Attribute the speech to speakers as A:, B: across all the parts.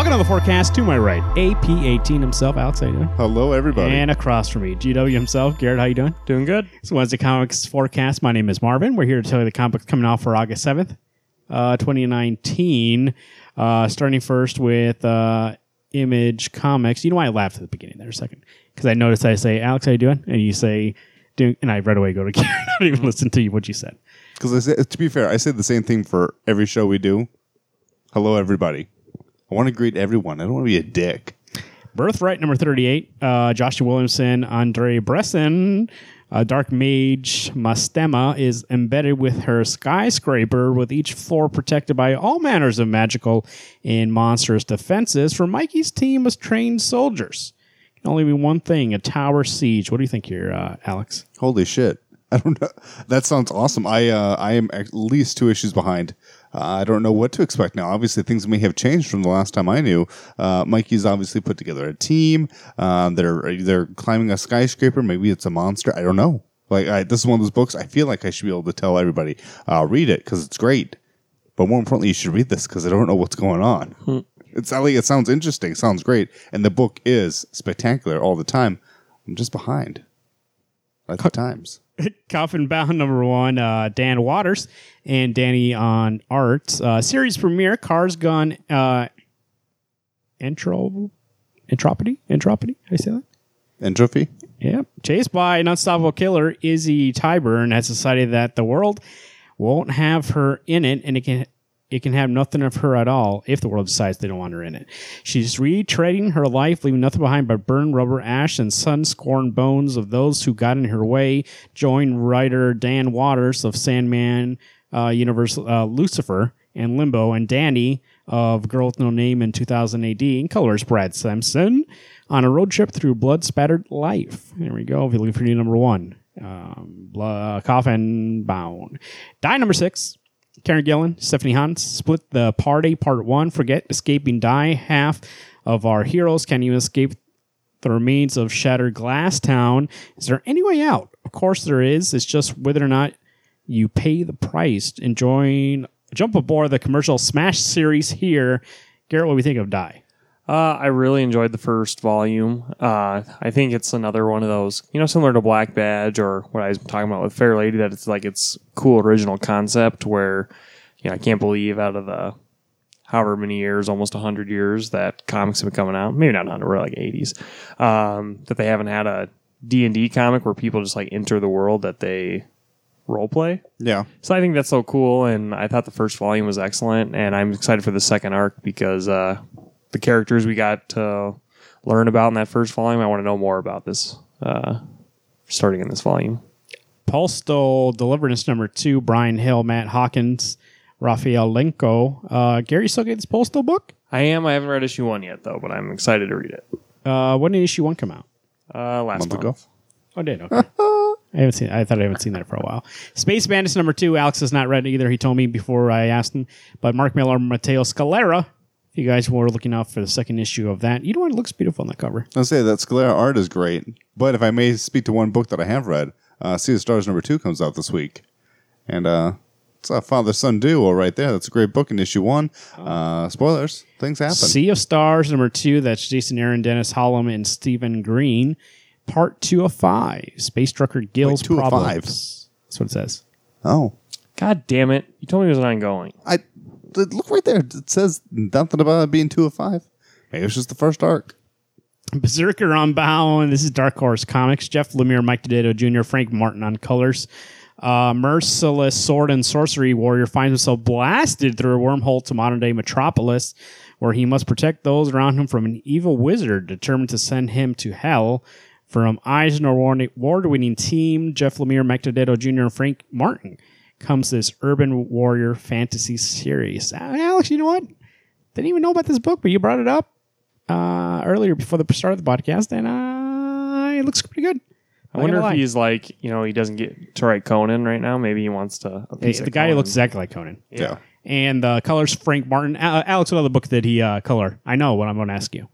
A: Second on the forecast, to my right, AP18 himself, Alex, how you doing?
B: Hello, everybody.
A: And across from me, GW himself, Garrett, how you doing?
C: Doing good.
A: This Wednesday Comics Forecast. My name is Marvin. We're here to tell you the comic books coming out for August 7th, uh, 2019. Uh, starting first with uh, Image Comics. You know why I laughed at the beginning there a second? Because I noticed I say, Alex, how you doing? And you say, doing, and I right away go to Garrett. I don't even listen to you what you said.
B: Because to be fair, I say the same thing for every show we do. Hello, everybody. I want to greet everyone. I don't want to be a dick.
A: Birthright number 38, uh, Joshua Williamson, Andre Bresson, uh, Dark Mage Mastema is embedded with her skyscraper, with each floor protected by all manners of magical and monstrous defenses. For Mikey's team was trained soldiers. Can only be one thing: a tower siege. What do you think here, uh, Alex?
B: Holy shit! I don't know. That sounds awesome. I uh, I am at least two issues behind. Uh, I don't know what to expect now. Obviously, things may have changed from the last time I knew. Uh, Mikey's obviously put together a team. Um, they're they're climbing a skyscraper. Maybe it's a monster. I don't know. Like I, this is one of those books. I feel like I should be able to tell everybody uh, read it because it's great. But more importantly, you should read this because I don't know what's going on. It's I like it sounds interesting. Sounds great, and the book is spectacular all the time. I'm just behind. At the times.
A: Coffin Bound number one, uh, Dan Waters and Danny on Arts. Uh, series premiere, Cars Gone uh, Entro- Entropy? Entropy? How do you say that?
B: And trophy.
A: Yeah. Chased by an unstoppable killer, Izzy Tyburn has decided that the world won't have her in it and it can it can have nothing of her at all if the world decides they don't want her in it. She's retreading her life, leaving nothing behind but burned rubber, ash, and sun-scorned bones of those who got in her way. Join writer Dan Waters of Sandman, uh, Universal, uh, Lucifer, and Limbo, and Danny of Girl with No Name in 2000 AD, and colors Brad Simpson on a road trip through blood spattered life. There we go. If you're looking for new number one, um, blah, Coffin Bound. Die number six. Karen Gillan, Stephanie Hans, Split the Party, Part One. Forget Escaping Die. Half of our heroes can even escape the remains of Shattered Glass Town. Is there any way out? Of course there is. It's just whether or not you pay the price and join, jump aboard the commercial Smash series here. Garrett, what do we think of Die?
C: Uh, I really enjoyed the first volume. Uh, I think it's another one of those, you know, similar to Black Badge or what I was talking about with Fair Lady, that it's like it's cool original concept where, you know, I can't believe out of the however many years, almost 100 years that comics have been coming out, maybe not 100, we're like 80s, um, that they haven't had a D&D comic where people just like enter the world that they role play.
B: Yeah.
C: So I think that's so cool, and I thought the first volume was excellent, and I'm excited for the second arc because uh, the characters we got to learn about in that first volume, I want to know more about this uh, starting in this volume.
A: Paul Stoll, Deliverance number two, Brian Hill, Matt Hawkins, Raphael Lenko. Uh, Gary, you still get this Paul Stoll book?
C: I am. I haven't read issue one yet though, but I'm excited to read it.
A: Uh, when did issue one come out?
C: Uh, last
B: Month
C: month.
B: ago.
A: Oh, did okay. I haven't seen. I thought I haven't seen that for a while. Space Bandits number two. Alex has not read it either. He told me before I asked him. But Mark Miller, Mateo Scalera. If you guys were looking out for the second issue of that, you know what? It looks beautiful on the cover.
B: I'll say that Scalera art is great, but if I may speak to one book that I have read, uh, See the Stars number two comes out this week, and uh, it's a father son duo right there. That's a great book in issue one. Uh, spoilers, things happen.
A: Sea of Stars number two. That's Jason Aaron, Dennis Hollum, and Stephen Green. Part two of five. Space Trucker Gill's
B: Wait, two of
A: problems.
B: five?
A: That's what it says.
B: oh,
C: God damn it! You told me it was an ongoing.
B: I th- look right there. It says nothing about it being two of five. Maybe it's just the first arc.
A: Berserker on Bound. This is Dark Horse Comics. Jeff Lemire, Mike DeDodo Jr., Frank Martin on colors. Uh, merciless sword and sorcery warrior finds himself blasted through a wormhole to modern day Metropolis, where he must protect those around him from an evil wizard determined to send him to hell. From Eisner award winning team, Jeff Lemire, Mike DeDodo Jr., and Frank Martin comes this urban warrior fantasy series. Uh, Alex, you know what? Didn't even know about this book, but you brought it up uh, earlier before the start of the podcast, and uh, it looks pretty good.
C: I
A: Not
C: wonder
A: gonna
C: if
A: lie.
C: he's like, you know, he doesn't get to write Conan right now. Maybe he wants to. a
A: Hey,
C: piece of
A: the guy who
C: Conan.
A: looks exactly like Conan.
B: Yeah.
A: And the colors Frank Martin. Al Alex, what other book did he uh, color? I know what I'm going to ask you.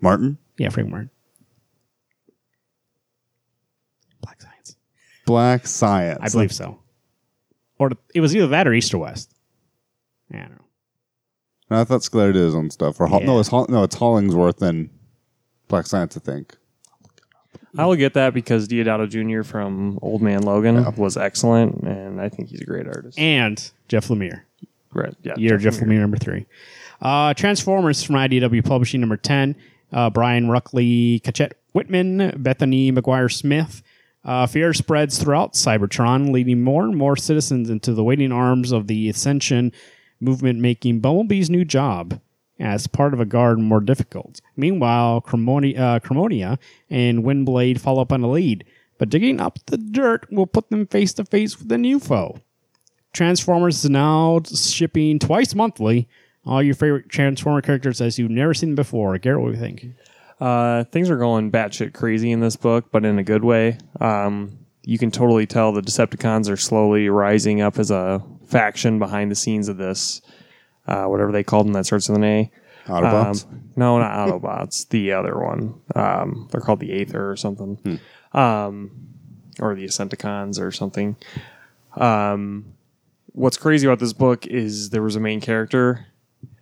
B: Martin
A: Yeah, Frank Martin. Black Science.
B: Black Science.
A: I believe so. Or it was either that or Easter West. Yeah, I don't know.
B: No, I thought Scalar did his own stuff. Or Hol-
A: Yeah.
B: no, it's Hol- no, it's Hollingsworth and Black Science. I think.
C: I will get that because Diodato Jr. from Old Man Logan was excellent, and I think he's a great artist.
A: and Jeff Lemire.
C: right? Yeah.
A: Year Jeff Lemire number three. Uh, Transformers from IDW Publishing number ten. Uh, Brian Ruckley, Cachette Whitman, Bethany McGuire Smith. Uh, fear spreads throughout Cybertron, leading more and more citizens into the waiting arms of the Ascension movement, making Bumblebee's new job as part of a guard more difficult. Meanwhile, Cremonia, uh, Cremonia and Windblade follow up on the lead, but digging up the dirt will put them face to face with a new foe. Transformers is now shipping twice monthly. All your favorite Transformer characters as you've never seen them before. Garrett, what do you think?
C: Uh, things are going batshit crazy in this book, but in a good way. Um, you can totally tell the Decepticons are slowly rising up as a faction behind the scenes of this, uh, whatever they called them that starts with an A.
B: Autobots.
C: Um, no, not Autobots. the other one. Um, they're called the Aether or something, um, or the Ascenticons or something. Um, what's crazy about this book is there was a main character,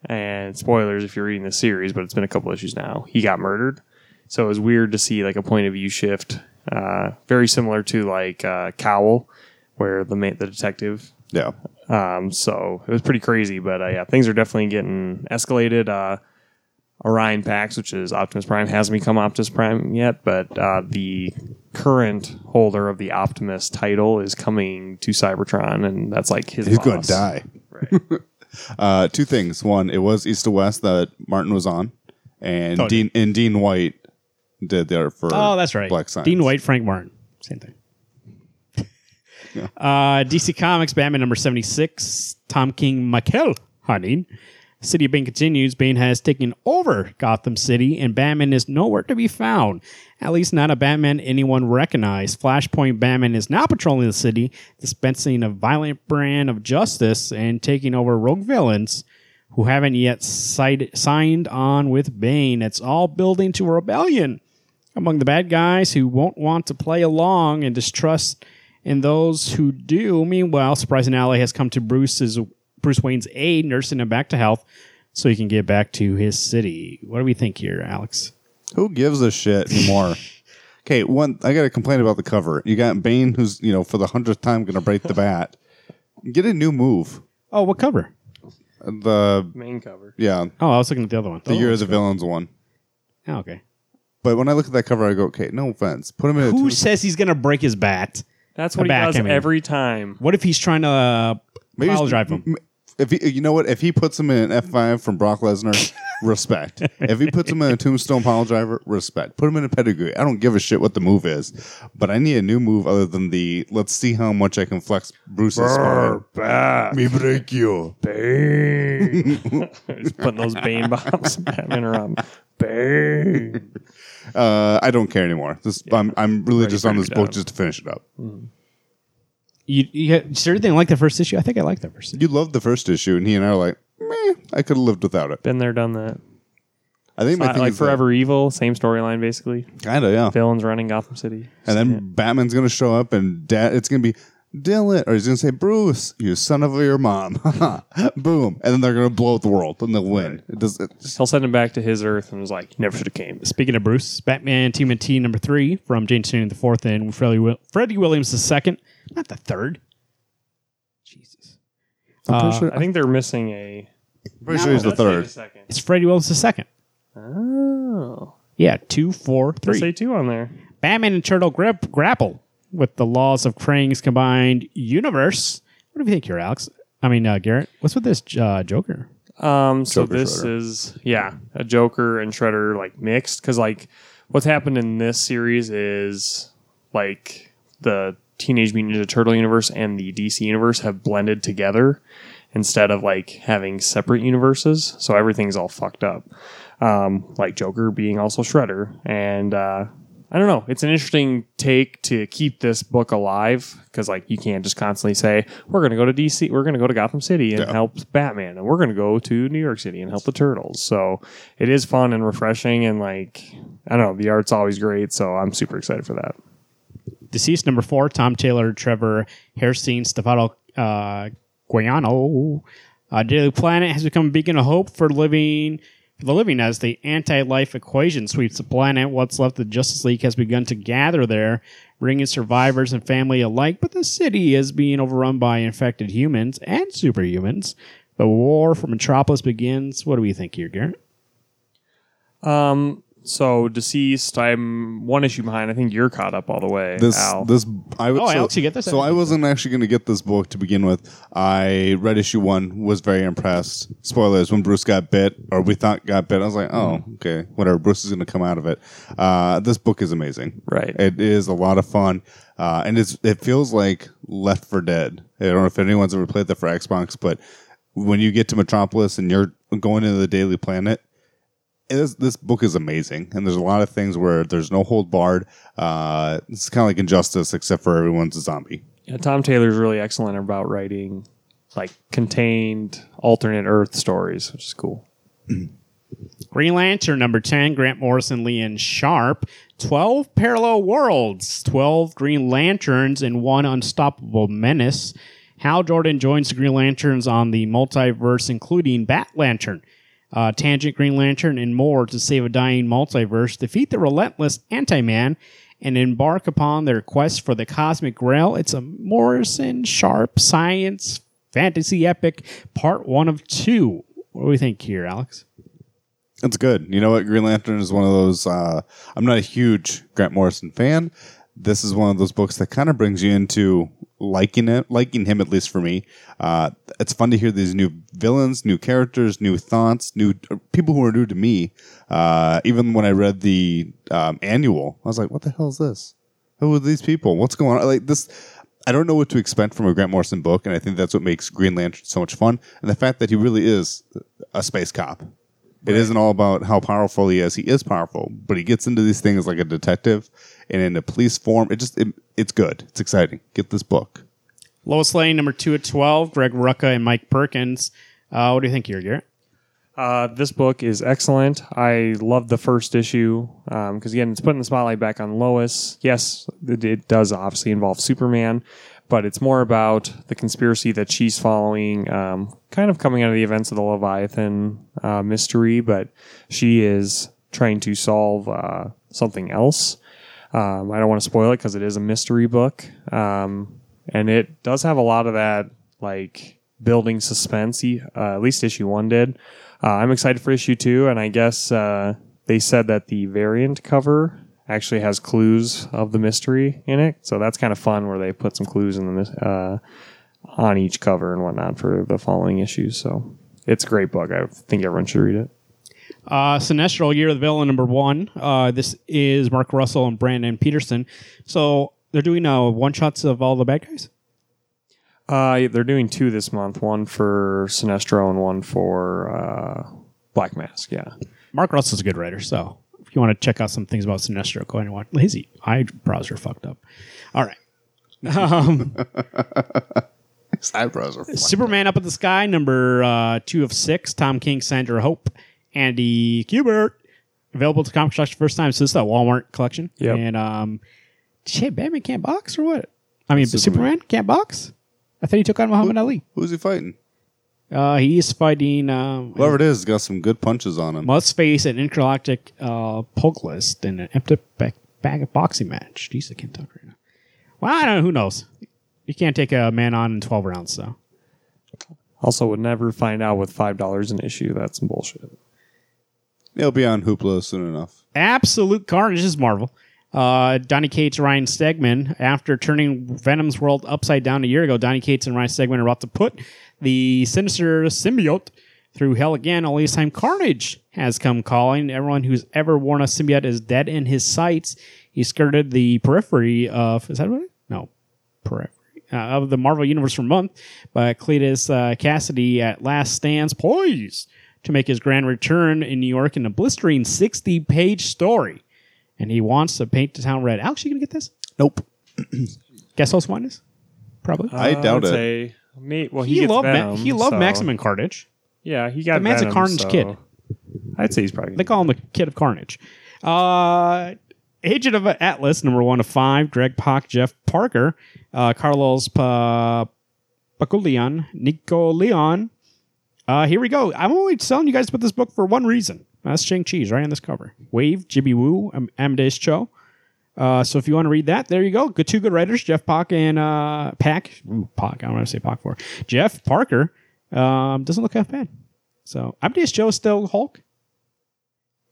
C: and spoilers if you're reading the series, but it's been a couple issues now. He got murdered, so it was weird to see like a point of view shift. Uh, very similar to like uh, Cowl, where the ma- the detective
B: yeah.
C: um, so it was pretty crazy, but uh, yeah, things are definitely getting escalated. Uh, Orion Pax, which is Optimus Prime, hasn't become Optimus Prime yet, but uh, the current holder of the Optimus title is coming to Cybertron, and that's like his.
B: He's going
C: boss.
B: to die. uh, two things. One, it was East to West that Martin was on, and Dean and Dean White did the art for.
A: Oh, that's right.
B: Black Science.
A: Dean White, Frank Martin. Same thing. uh, DC Comics, Batman number 76, Tom King, Michael Harding. City of Bane continues. Bane has taken over Gotham City, and Batman is nowhere to be found. At least not a Batman anyone recognized. Flashpoint Batman is now patrolling the city, dispensing a violent brand of justice and taking over rogue villains who haven't yet signed signed on with Bane. It's all building to a rebellion among the bad guys who won't want to play along and distrust in those who do. Meanwhile, Surprising Ally has come to Bruce's Bruce Wayne's aid, nursing him back to health so he can get back to his city. What do we think here, Alex?
B: Who gives a shit anymore? okay, one. I got to complain about the cover. You got Bane, who's you know for the hundredth time going to break the bat. Get a new move.
A: Oh, what cover?
B: The
C: Main cover.
B: yeah,
A: Oh, I was looking at the other one.
B: the year as a villains one.
A: Oh, okay.
B: But when I look at that cover, I go, okay, no offense. Put him in a
A: Who
B: two-
A: says he's going to break his bat?
C: That's
A: The
C: what he
A: back,
C: does
A: I mean.
C: every time.
A: What if he's trying to uh,
B: Maybe
A: pile
B: it's-
A: drive him?
B: m- If he, you know what, if he puts him in an F five from Brock Lesnar, respect. If he puts him in a tombstone pile driver, respect. Put him in a pedigree. I don't give a shit what the move is, but I need a new move other than the let's see how much I can flex Bruce's spine. Me break you.
C: He's putting those Bane bombs Batman around. Bane.
B: Uh, I don't care anymore. This I'm I'm really just on
C: to
B: this
C: be
B: book
C: done.
B: just to finish it up.
A: You, you, you certainly didn't like the first issue? I think I like the first issue.
B: You loved the first issue, and he and I are like, meh, I could have lived without it.
C: Been there, done that.
B: I think my
C: Uh,
B: thing
C: like
B: is that-
C: Forever Evil, same storyline basically.
B: kinda yeah.
C: Villains running Gotham City.
B: And then Batman's gonna show up, and Dad, it's gonna be Dylan, or he's gonna say Bruce, you son of your mom, boom, and then they're gonna blow up the world, and they'll win. It does. It just,
C: He'll send him back to his Earth and was like, never should have came.
A: Speaking of Bruce, Batman Team and T number three from Jane Tooney the fourth and Freddie, Will- Freddie Williams the second, not the third. Jesus,
B: I'm pretty
A: Uh,
B: sure,
C: I think they're missing a.
B: pretty sure he's the third.
C: second.
A: it's Freddie Williams the second.
C: Oh,
A: Yeah, two, four, three.
C: say two on there.
A: Batman and Turtle grip, grapple with the laws of Krang's combined universe. What do you think here, Alex? I mean, uh, Garrett. What's with this uh, Joker?
C: Um, so
B: Joker,
C: this
B: Shredder.
C: is yeah, a Joker and Shredder like mixed because like what's happened in this series is like the Teenage Mutant Ninja Turtle universe and the DC universe have blended together instead of like having separate universes. So everything's all fucked up. Um, like Joker being also Shredder and. uh I don't know. It's an interesting take to keep this book alive because, like, you can't just constantly say we're going to go to DC, we're going to go to Gotham City and
B: Yeah.
C: help Batman, and we're going to go to New York City and help the Turtles. So it is fun and refreshing, and like, I don't know, the art's always great. So I'm super excited for that.
A: Deceased number four, Tom Taylor, Trevor Hairsteen, Stefano uh, Guiano, Uh, Daily Planet has become a beacon of hope for living for the living as the anti-life equation sweeps the planet. What's left of the Justice League has begun to gather there, bringing survivors and family alike. But the city is being overrun by infected humans and superhumans. The war for Metropolis begins. What do we think here, Garrett?
C: Um, so deceased. I'm one issue behind. I think you're caught up all the way.
B: This,
C: Al.
B: this, I would.
A: Oh,
B: so,
A: Alex, you get this?
B: So I wasn't actually going to get this book to begin with. I read issue one, was very impressed. Spoilers: when Bruce got bit, or we thought got bit, I was like, oh,
A: Hmm.
B: okay, whatever. Bruce is going to come out of it. Uh, this book is amazing.
C: Right.
B: It is a lot of fun, uh, and it's it feels like Left for Dead. I don't know if anyone's ever played that for Xbox, but when you get to Metropolis and you're going into the Daily Planet, it is, this book is amazing, and there's a lot of things where there's no hold barred. Uh, it's kind of like Injustice, except for everyone's a zombie.
C: Yeah, Tom Taylor's really excellent about writing like contained alternate Earth stories, which is cool.
A: Green Lantern number 10, Grant Morrison, Leon Sharp. 12 parallel worlds, 12 Green Lanterns, and one unstoppable menace. Hal Jordan joins the Green Lanterns on the multiverse, including Bat Lantern, uh, Tangent Green Lantern, and more to save a dying multiverse, defeat the relentless Anti Man, and embark upon their quest for the Cosmic Grail. It's a Morrison Sharp science fantasy epic, part one of two. What do we think here, Alex?
B: It's good. You know what? Green Lantern is one of those. Uh, I'm not a huge Grant Morrison fan. This is one of those books that kind of brings you into liking it, liking him at least for me. Uh, it's fun to hear these new villains, new characters, new thoughts, new uh, people who are new to me. Uh, even when I read the um, annual, I was like, "What the hell is this? Who are these people? What's going on?" Like this. I don't know what to expect from a Grant Morrison book, and I think that's what makes Green Lantern so much fun. And the fact that he really is a space cop. It isn't all about how powerful he is. He is powerful, but he gets into these things like a detective and in a police form. It just it, it's good. It's exciting. Get this book.
A: Lois Lane, number two at 12, Greg Rucka and Mike Perkins. Uh, what do you think here, Garrett?
C: Uh, this book is excellent. I love the first issue because again, it's putting the spotlight back on Lois. Yes, it, it does obviously involve Superman, but it's more about the conspiracy that she's following, um, kind of coming out of the events of the Leviathan uh, mystery. But she is trying to solve uh, something else. Um, I don't want to spoil it because it is a mystery book, um, and it does have a lot of that like building suspense. Uh, at least issue one did. Uh, I'm excited for issue two, and I guess uh, they said that the variant cover actually has clues of the mystery in it, so that's kind of fun where they put some clues in the mis- uh, on each cover and whatnot for the following issues. So it's a great book. I think everyone should read it.
A: Uh, Sinestro, Year of the Villain, number one. Uh, this is Mark Russell and Brandon Peterson. So they're doing uh, one shots of all the bad guys?
C: Uh, they're doing two this month, one for Sinestro and one for uh, Black Mask. Yeah,
A: Mark Russell's a good writer, so if you want to check out some things about Sinestro, go ahead and watch. Lazy eye browser fucked up. All right.
B: His eyebrows are. Flat.
A: Superman Up in the Sky, number uh, two of six. Tom King, Sandra Hope, Andy Kubert. Available to comic collection first time. So this is that Walmart collection.
C: Yep.
A: And um, shit, Batman can't box or what? I mean, Superman, can't box? I thought he took on Muhammad Ali.
B: Who's he fighting?
A: Uh, he is fighting, um,
B: Whoever it is, got some good punches on him.
A: must face an intergalactic uh, poke list in an empty ba- bag of boxing match. Jeez, I can't talk right now. Well, I don't know. Who knows? You can't take a man on in 12 rounds, so.
C: also would never find out with five dollars an issue. That's some bullshit.
B: He'll be on Hoopla soon enough.
A: absolute carnage is Marvel. Uh, Donny Cates, Ryan Stegman. After turning Venom's world upside down a year ago, Donny Cates and Ryan Stegman are about to put the sinister symbiote through hell again. Only this time, Carnage has come calling. Everyone who's ever worn a symbiote is dead in his sights. He skirted the periphery of is that right? No, periphery uh, of the Marvel Universe for a month, but Cletus uh, Cassidy at last stands poised to make his grand return in New York in a blistering 60 page story. And he wants to paint the town red. Alex, you going to get this?
B: Nope.
A: Guess who's mine is? Probably.
B: I doubt it.
C: I'd Say, me, well, Uh, he,
A: he,
C: gets
A: loved
C: Venom,
A: Ma- he loved
C: so-
A: Maximum Carnage.
C: Yeah, he got
A: The man's a
C: Venom,
A: Carnage
C: so
A: kid.
C: I'd say he's probably.
A: They call him the Kid of Carnage. Uh, Agent of Atlas, number one of five. Greg Pak, Jeff Parker, uh, Carlos pa- Paculian, Nico Leon, Uh, here we go. I'm only telling you guys about this book for one reason. That's Shang Chi's right on this cover. Wave, Jibby Woo, Am- Amadeus Cho. Uh, so if you want to read that, there you go. Good two good writers, Jeff Pak and uh, Pack. Ooh, Pak. I don't want to say Pak for Jeff Parker. Um, doesn't look half bad. So Amadeus Cho is still Hulk.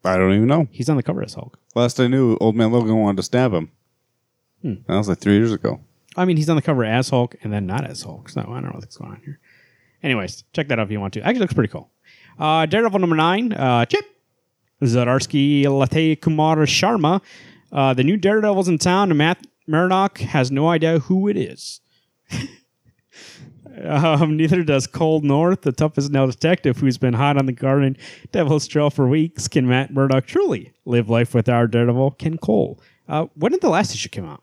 B: I don't even know.
A: He's on the cover as Hulk.
B: Last I knew, Old Man Logan wanted to stab him. That was like three years ago.
A: I mean, he's on the cover as Hulk and then not as Hulk. So I don't know what's going on here. Anyways, check that out if you want to. Actually, it looks pretty cool. Uh, Daredevil number nine, uh, Chip Zadarsky Latte Kumar Sharma. Uh, the new Daredevil's in town, and Matt Murdock has no idea who it is. um, neither does Cold North, the toughest now detective who's been hot on the Garden Devil's Trail for weeks. Can Matt Murdock truly live life with our Daredevil, Ken Cole? Uh, when did the last issue come out?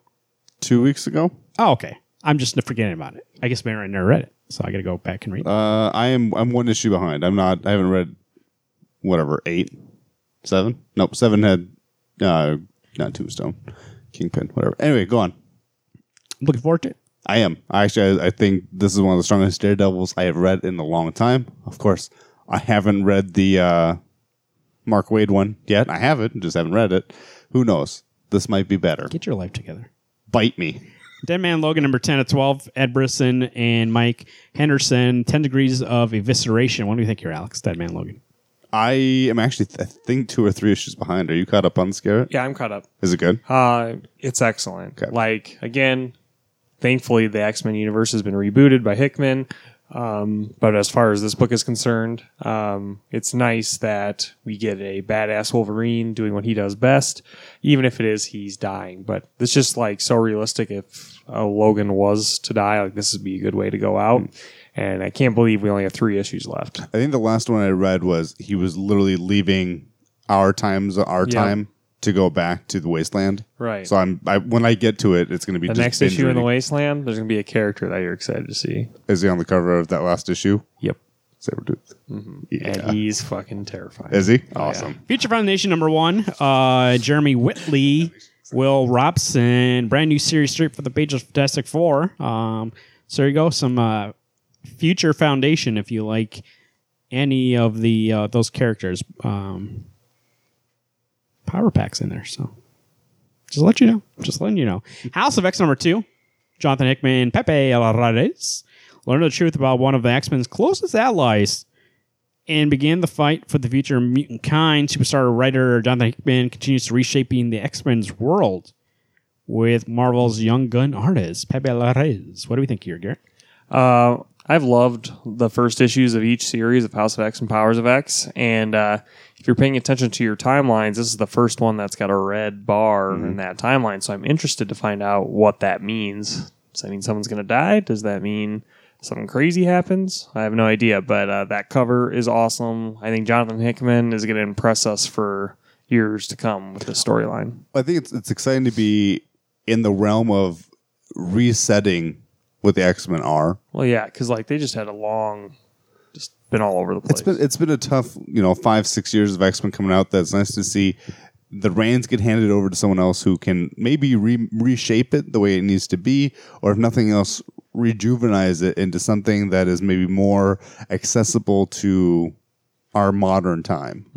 B: Two weeks ago?
A: Oh, okay. I'm just forgetting about it. I guess Mary never read it, so I got to go back and read.
B: Uh, I am I'm one issue behind. I'm not I haven't read whatever, eight, seven? Nope, seven had uh not tombstone. Kingpin, whatever. Anyway, go on.
A: I'm looking forward to it.
B: I am. Actually, I, I think this is one of the strongest Daredevils I have read in a long time. Of course, I haven't read the uh, Mark Wade one yet. I haven't, just haven't read it. Who knows? This might be better.
A: Get your life together.
B: Bite me.
A: Dead Man Logan number 10 at 12, Ed Brisson and Mike Henderson, 10 degrees of evisceration. What do you think here, Alex? Dead Man Logan.
B: I am actually, I think, two or three issues behind. Are you caught up on this, Garrett?
C: Yeah, I'm caught up.
B: Is it good?
C: Uh, it's excellent.
B: Okay.
C: Like again, thankfully the X Men universe has been rebooted by Hickman. Um, but as far as this book is concerned, um, it's nice that we get a badass Wolverine doing what he does best, even if it is he's dying. But it's just like so realistic. If uh, Logan was to die, like this would be a good way to go out. And I can't believe we only have three issues left.
B: I think the last one I read was he was literally leaving our times, our
C: Yeah.
B: time to go back to the wasteland.
C: Right.
B: So I'm I, when I get to it, it's going to be
C: the
B: just
C: next issue in the
B: binge-reading.
C: Wasteland, there's gonna be a character that you're excited to see.
B: Is he on the cover of that last issue?
C: Yep.
B: Sabretooth.
C: Mm-hmm. And he's fucking terrifying.
B: Is he awesome?
A: Future Foundation number one, uh, Jeremy Whitley, Will Robson, brand new series straight for the page of Fantastic Four. Um, so there you go, some uh, Future Foundation if you like any of the uh, those characters. Um, power packs in there, so just let you know. Just letting you know. House of X number two, Jonathan Hickman, Pepe Alvarez, learn the truth about one of the X Men's closest allies and began the fight for the future of mutant kind. Superstar writer Jonathan Hickman continues to reshaping the X Men's world with Marvel's young gun artist Pepe Larraz. What do we think here, Garrett?
C: Uh, I've loved the first issues of each series of House of X and Powers of X, and uh, if you're paying attention to your timelines, this is the first one that's got a red bar
B: Mm-hmm.
C: in that timeline. So I'm interested to find out what that means. Does that mean someone's going to die? Does that mean something crazy happens? I have no idea, but uh, that cover is awesome. I think Jonathan Hickman is going to impress us for years to come with this storyline.
B: I think it's it's exciting to be in the realm of resetting what the X Men are.
C: Well, yeah, because like they just had a long, just been all over the place.
B: It's been it's been a tough you know five six years of X Men coming out. That's nice to see. The reins get handed over to someone else who can maybe re- reshape it the way it needs to be, or if nothing else, rejuvenize it into something that is maybe more accessible to our modern time.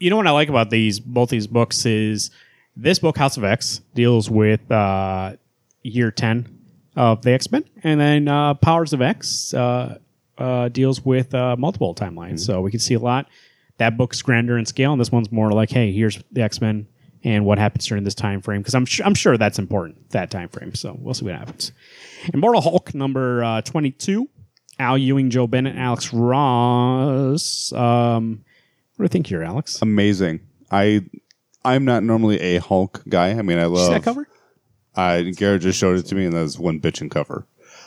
A: you know what I like about these both these books is this book House of X deals with uh, year ten of the X Men, and then uh, Powers of X uh, uh, deals with uh, multiple timelines. So we can see a lot. That book's grander in scale, and this one's more like, hey, here's the X Men and what happens during this time frame because I'm su- I'm sure that's important that time frame. So we'll see what happens. Immortal Hulk number uh, 22. Al Ewing, Joe Bennett, Alex Ross. Um, what do you think here, Alex?
B: Amazing. I I'm not normally a Hulk guy. I mean, I love
A: See that cover?
B: Uh, Garrett just showed it to me, and that was one bitching cover.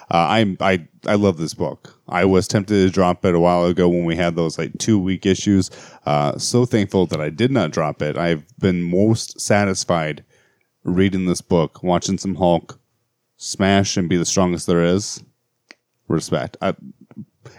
B: Uh, I'm I I love this book. I was tempted to drop it a while ago when we had those like two week issues. Uh, so thankful that I did not drop it. I've been most satisfied reading this book, watching some Hulk smash and be the strongest there is. Respect. I,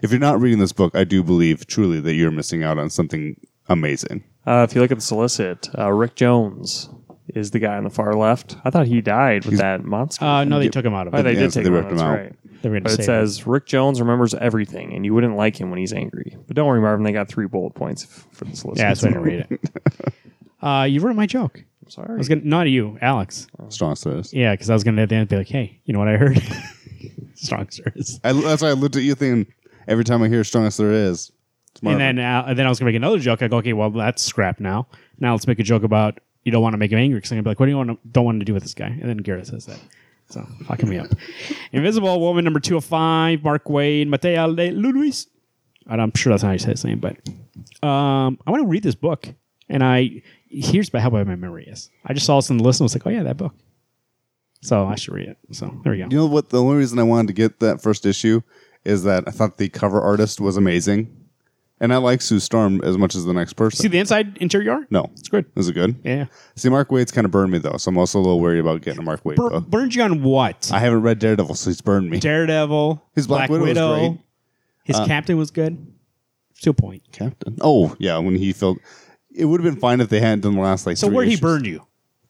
B: if you're not reading this book, I do believe truly that you're missing out on something amazing.
C: Uh, if you look at the solicit, uh, Rick Jones is the guy on the far left. I thought he died with that monster.
A: Uh, no, they took him out of
C: oh,
A: it.
C: they
B: yeah,
C: did
B: so
C: take
B: they
C: him out.
B: ripped him
C: that's
B: out.
C: right.
A: They were going to
C: But
A: say
C: it says Rick Jones remembers everything, and you wouldn't like him when he's angry. But don't worry, Marvin. They got three bullet points f- for this list.
A: Yeah, that's why I didn't read it. Uh, you ruined my joke.
C: I'm
A: I
C: sorry.
A: was gonna not you, Alex.
B: Strong service.
A: Yeah, because I was gonna at the end be like, hey, you know what I heard? Strong service.
B: I, that's why I looked at you thinking every time I hear strongest there is. It's Marvin.
A: And then uh, and then I was gonna make another joke. I go, okay, well that's scrap now. Now let's make a joke about you don't want to make him angry because I'm gonna be like, what do you want? To, don't want to do with this guy? And then Garrett says that. So fucking me up. Invisible Woman number two of five. Mark Wayne, Matea Le- Luis. And I'm sure that's not how you say his name, but um, I want to read this book. And I here's about how bad my memory is. I just saw this in the list and was like, oh yeah, that book. So I should read it. So there we go.
B: you know what? The only reason I wanted to get that first issue is that I thought the cover artist was amazing, and I like Sue Storm as much as the next person.
A: See the inside interior? art?
B: no,
A: it's good.
B: is it good?
A: Yeah.
B: See, Mark Wade's kind of burned me though, so I'm also a little worried about getting a Mark Wade
A: Bur-
B: book.
A: burned you on what?
B: I haven't read Daredevil, so he's burned me.
A: Daredevil.
B: His Black Widow was great. Uh,
A: His captain was good. To a point.
B: Captain. Oh yeah, when he felt it would have been fine if they hadn't done the last like.
A: So
B: three
A: where he
B: issues.
A: burned you?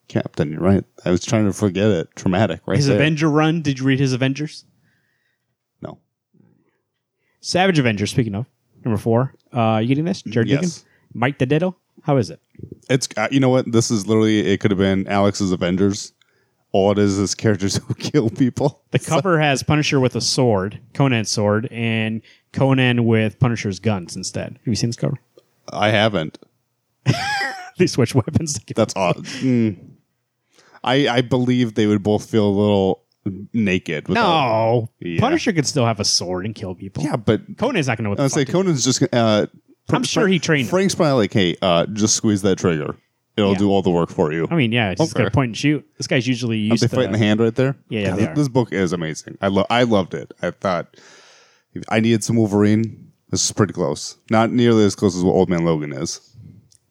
B: Captain. You're right. I was trying to forget it. Traumatic, right
A: His
B: there.
A: Avenger run. Did you read his Avengers?
B: No.
A: Savage Avenger. Speaking of number four, uh, you getting this? Jared
B: Yes.
A: Dickens, Mike the Diddle. How is it?
B: It's uh, you know what this is literally. It could have been Alex's Avengers. All it is is characters who kill people.
A: The cover has Punisher with a sword, Conan's sword, and Conan with Punisher's guns instead. Have you seen this cover?
B: I haven't.
A: They switch weapons.
B: That's odd. Mm. I I believe they would both feel a little naked. Without,
A: No,
B: Yeah.
A: Punisher could still have a sword and kill people.
B: Yeah, but
A: Conan's not going to know what the
B: I would say
A: fuck. to do.
B: Conan's just. Uh, Fra-
A: I'm sure he trained him.
B: Frank's probably like, hey, uh, just squeeze that trigger. It'll
A: Yeah.
B: do all the work for you.
A: I mean, yeah, he's going to
B: Okay.
A: point and shoot. This guy's usually used
B: they
A: to
B: fight in the hand right there.
A: Yeah, yeah,
B: God,
A: they
B: th-
A: are.
B: this book is amazing. I love. I loved it. I thought if I needed some Wolverine. This is pretty close. Not nearly as close as what Old Man Logan is.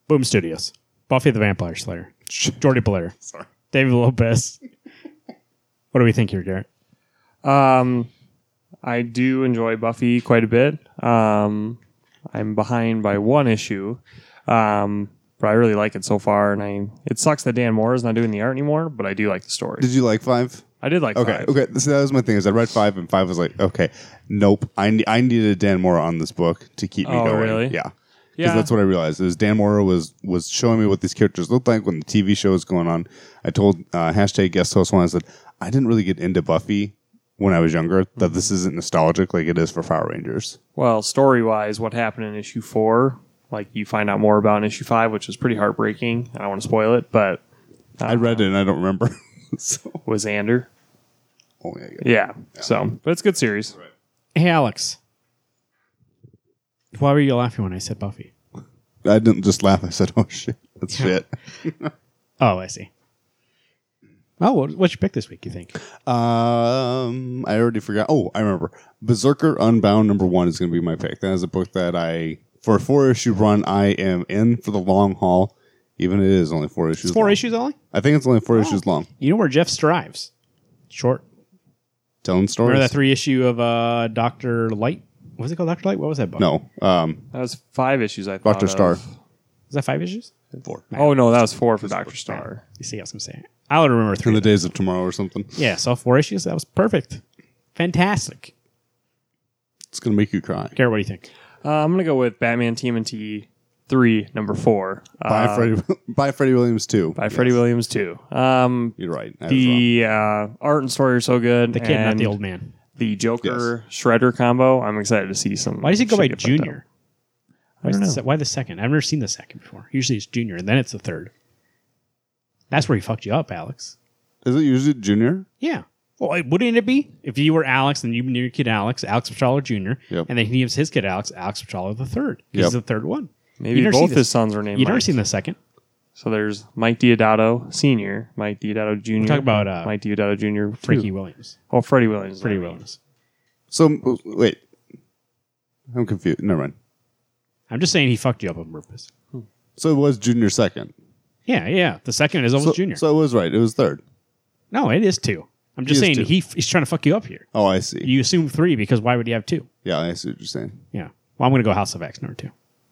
A: Boom Studios, Buffy the Vampire Slayer, Jordy Blair,
B: Sorry.
A: David Lopez. what do we think here, Garrett?
C: Um, I do enjoy Buffy quite a bit. Um, I'm behind by one issue, um, but I really like it so far. And I it sucks that Dan Moore is not doing the art anymore, but I do like the story.
B: Did you like five?
C: I did like
B: Okay,
C: five.
B: okay. So that was my thing. Is I read five and five was like, okay, nope. I ne- I needed Dan Mora on this book to keep me
C: Oh,
B: going.
C: really?
B: Yeah. Because
C: Yeah.
B: that's what I realized is Dan Mora was was showing me what these characters looked like when the TV show was going on. I told uh, hashtag guest host one. I said I didn't really get into Buffy when I was younger. That
C: Mm-hmm.
B: this isn't nostalgic like it is for Fire Rangers.
C: Well, story wise, what happened in issue four, like you find out more about in issue five, which is pretty heartbreaking. I don't want to spoil it, but Oh,
B: I read it and I don't remember. so,
C: was Ander.
B: oh yeah, yeah.
C: Yeah. So, but it's a good series.
A: Hey, Alex. Why were you laughing when I said Buffy?
B: I didn't just laugh. I said, oh shit, that's shit.
A: Oh, I see. Oh, what, what's your pick this week? You think?
B: Um, I already forgot. Oh, I remember. Berserker Unbound number one is going to be my pick. That is a book that I, for a four issue run, I am in for the long haul. Even it is only four issues.
A: Four
B: long.
A: issues only.
B: I think it's only four issues long.
A: You know where Jeff strives? Short.
B: Telling stories.
A: Remember that three issue of uh, Doctor Light? What was it called? Doctor Light? What was that book?
B: No. Um,
C: That was five issues. I thought
B: Doctor
C: of.
B: Star.
A: Is that five issues?
B: Four.
C: Oh no, that was four for Doctor Star.
A: You see, I was gonna say. I would remember
B: In
A: three.
B: the days of tomorrow or something.
A: Yeah, so four issues. That was perfect. Fantastic.
B: It's going to make you cry.
A: Garrett, what do you think?
C: Uh, I'm gonna go with Batman TMNT three, number four, uh,
B: By Freddie. by Freddie Williams too.
C: by Freddie Williams too. Um,
B: You're right. I was wrong.
C: the uh, art and story are so good.
A: The kid, not
C: and
A: the old man.
C: The Joker Shredder combo. I'm excited to see some.
A: Why does he go
C: shit
A: by
C: get fucked up.
A: Junior? Why,
C: don't
A: is the
C: know.
A: se- why the second? I've never seen the second before. Usually it's Junior, and then it's the third. That's where he fucked you up, Alex.
B: Is it usually Junior?
A: Yeah. Well, it- wouldn't it be if you were Alex and you knew your kid Alex, Alex Petrolo Jr.,
B: Yep.
A: and then he gives his kid Alex, Alex Petrolo the third. He's
B: Yep.
A: the third one.
C: Maybe
A: You never see
C: both
A: this.
C: his sons are named.
A: You've never
C: Mike.
A: seen the second.
C: So there's Mike Diodato Senior, Mike Diodato Junior.
A: talking about, uh,
C: Mike Diodato Junior.
A: Frankie Williams.
C: Oh, Freddie Williams.
A: Freddie
C: I mean.
A: Williams.
B: So m- wait, I'm confused. Never mind.
A: I'm just saying he fucked you up on purpose.
B: So it was Junior second.
A: Yeah, yeah. The second is always
B: So,
A: Junior.
B: so it was right. It was third.
A: no, it is two. I'm just
B: He
A: saying
B: is two.
A: he f- he's trying to fuck you up here.
B: Oh, I see.
A: You assume three because why would he have two?
B: Yeah, I see what you're saying.
A: Yeah. Well, I'm going to go House of X number two.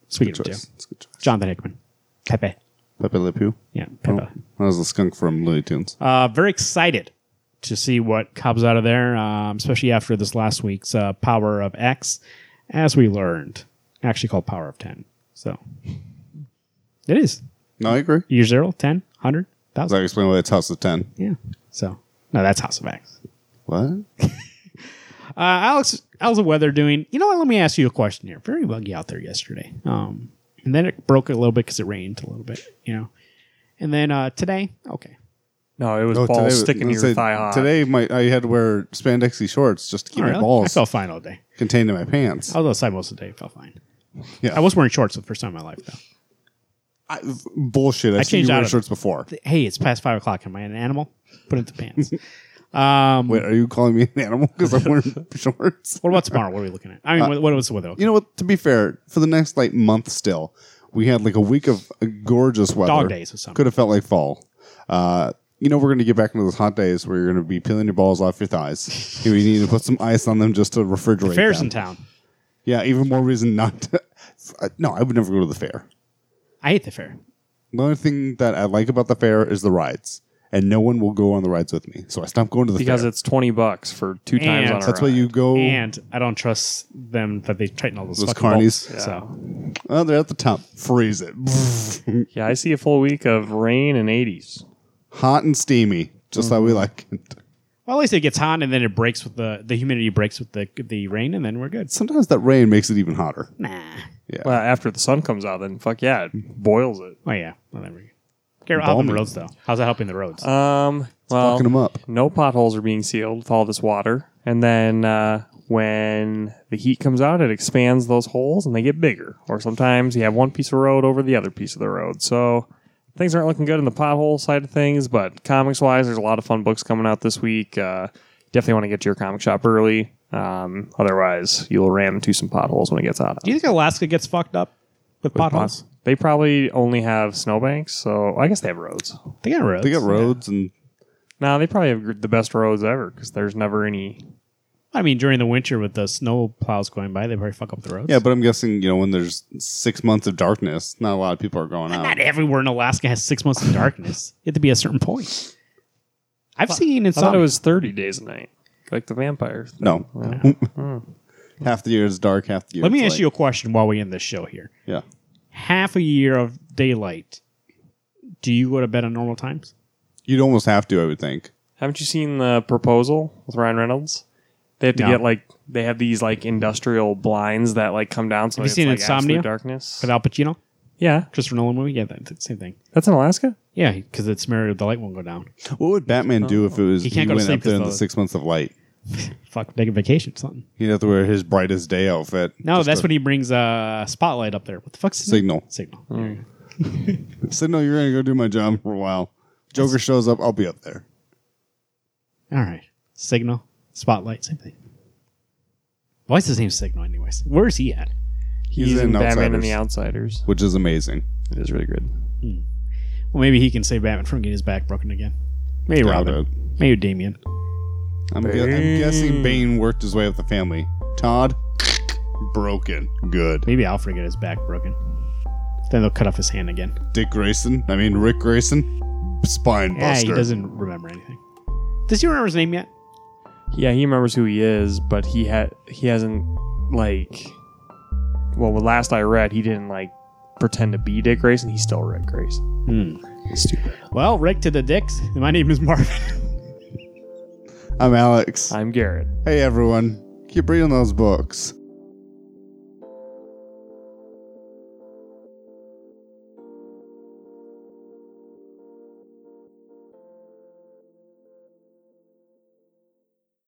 A: Speaking
B: Good
A: of two,
B: choice. It's a good choice.
A: Jonathan Hickman, Pepe.
B: Pepe Le Pew.
A: Yeah,
B: Oh,
A: Pepe.
B: that was the skunk from Looney Tunes.
A: Uh, very excited to see what comes out of there, um, especially after this last week's uh, Power of X, as we learned, actually called Power of 10. So it is
B: No, I agree.
A: year zero, 10, 100, 1000.
B: Does that explain why it's House of Ten?
A: Yeah. So, no, that's House of X.
B: What?
A: Uh, Alex, how's the weather doing? You know what? Let me ask you a question here. Very buggy out there yesterday. Um, and then it broke a little bit because it rained a little bit, you know. And then uh, today, okay.
C: No, it was
B: Oh,
C: balls
B: today-
C: sticking to
B: I
C: your
B: said,
C: thigh hot.
B: Today, my I had to wear spandexy shorts just to keep
A: All
B: my
A: right, Oh, I
B: balls
A: felt fine all day.
B: contained in my pants.
A: I was outside most of the day. Felt fine.
B: Yeah.
A: I was wearing shorts for the first time in my life, though.
B: I- bullshit. I've seen
A: changed
B: you
A: out
B: wear
A: of-
B: shorts before.
A: Hey, it's past five o'clock. Am I an animal? Put it to pants. Um,
B: Wait, are you calling me an animal because I'm wearing shorts?
A: what about tomorrow? What are we looking at? I
B: Uh,
A: mean, what, what was the weather?
B: You know what? To be fair, for the next like month, still we had like a week of uh, gorgeous weather.
A: Dog days of summer.
B: Could have felt like fall. Uh, you know, we're going to get back into those hot days where you're going to be peeling your balls off your thighs. you need to put some ice on them just to refrigerate
A: Fair's
B: them.
A: in town.
B: yeah, even more reason not to. Uh, No, I would never go to the fair.
A: I hate the fair.
B: The only thing that I like about the fair is the rides, and no one will go on the rides with me. So I stopped going to the
C: because
B: fair.
C: it's twenty bucks for two times
A: And-
C: on a
B: That's why you go.
A: And I don't trust them that they tighten all those,
B: Those
A: fucking bolts.
B: carnies.
A: So
B: Oh, they're at the top. Freeze it.
C: Yeah, I see a full week of rain and eighties.
B: Hot and steamy, just
A: Mm-hmm.
B: how we like it.
A: well, at least it gets hot and then it breaks with the the humidity breaks with the the rain and then we're good.
B: Sometimes that rain makes it even hotter.
A: Nah.
C: Well, after the sun comes out, then fuck yeah, it boils it.
A: Oh yeah. Well, there we go. Garrett, how about the
B: Balmy.
A: roads though? How's that helping the roads?
C: Um, well,
B: Fucking them up.
C: no potholes are being sealed with all this water, and then uh, when the heat comes out, it expands those holes and they get bigger. Or sometimes you have one piece of road over the other piece of the road. So things aren't looking good in the pothole side of things. But comics wise, there's a lot of fun books coming out this week. Uh, definitely want to get to your comic shop early. Um, otherwise, you'll ram into some potholes when it gets hot. out.
A: Do you think Alaska gets fucked up with, potholes?
C: They probably only have snowbanks, so I guess they have roads.
A: They got roads.
B: They got roads and
C: No, they probably have gr- the best roads ever because there's never any.
A: I mean, during the winter with the snow plows going by, they probably fuck up the roads.
B: yeah, but I'm guessing you know when there's six months of darkness, not a lot of people are going out.
A: not everywhere in Alaska has six months of darkness. You have to be a certain point. I've seen in
C: I thought
A: some.
C: it was 30 days a night, like the vampires.
B: No, half the year is dark, half the year.
A: Let me ask you a question while we end this show here.
B: Yeah,
A: Half a year of daylight. Do you go to bed on normal times?
B: you'd almost have to, I would think.
C: Haven't you seen the proposal with Ryan Reynolds? They have to
A: No.
C: get like they have these like industrial blinds that like come down. So
A: Have you
C: it's,
A: seen
C: like,
A: Insomnia? uh,
C: absolute Darkness.
A: With Al Pacino,
C: Yeah,
A: Christopher Nolan movie. Yeah, that, that same thing.
C: that's in Alaska.
A: Yeah, because it's married. The light won't go down.
B: What would Batman do if it was
A: He
B: he,
A: can't go to
B: went
A: sleep
B: up there in
A: 'cause
B: the
A: the-
B: six months of light?
A: Fuck, take a vacation, something.
B: He'd have to wear his brightest day outfit.
A: No,
B: Just
A: that's
B: a
A: when he brings uh, spotlight up there. What the fuck's his name?
B: signal.
A: Signal.
B: Signal, you're gonna go do my job for a while. Joker shows up, I'll be up there.
A: All right. Signal, spotlight, same thing. Why is his name Signal, anyways? Where is he at?
C: He's,
B: He's
C: in,
B: in
C: Batman and
B: Outsiders.
C: the Outsiders.
B: which is amazing.
C: It is really good.
A: Well, maybe he can save Batman from getting his back broken again. Maybe
B: Doubt
A: Robin.
B: it.
A: Maybe Damien.
B: I'm, gu- I'm guessing Bane worked his way up the family. Todd, broken. Good.
A: Maybe Alfred get his back broken. Then they'll cut off his hand again.
B: Dick Grayson, I mean Rick Grayson, spine
A: Yeah, he
B: buster.
A: doesn't remember anything. Does he remember his name yet?
C: Yeah, he remembers who he is, but he had he hasn't like. Well, the last I read, he didn't like pretend to be Dick Grayson. He's still Rick Grayson.
B: Hmm.
C: Stupid.
A: Well, Rick to the dicks. My name is Marvin.
B: I'm Alex.
C: I'm Garrett.
B: Hey everyone, keep reading those books.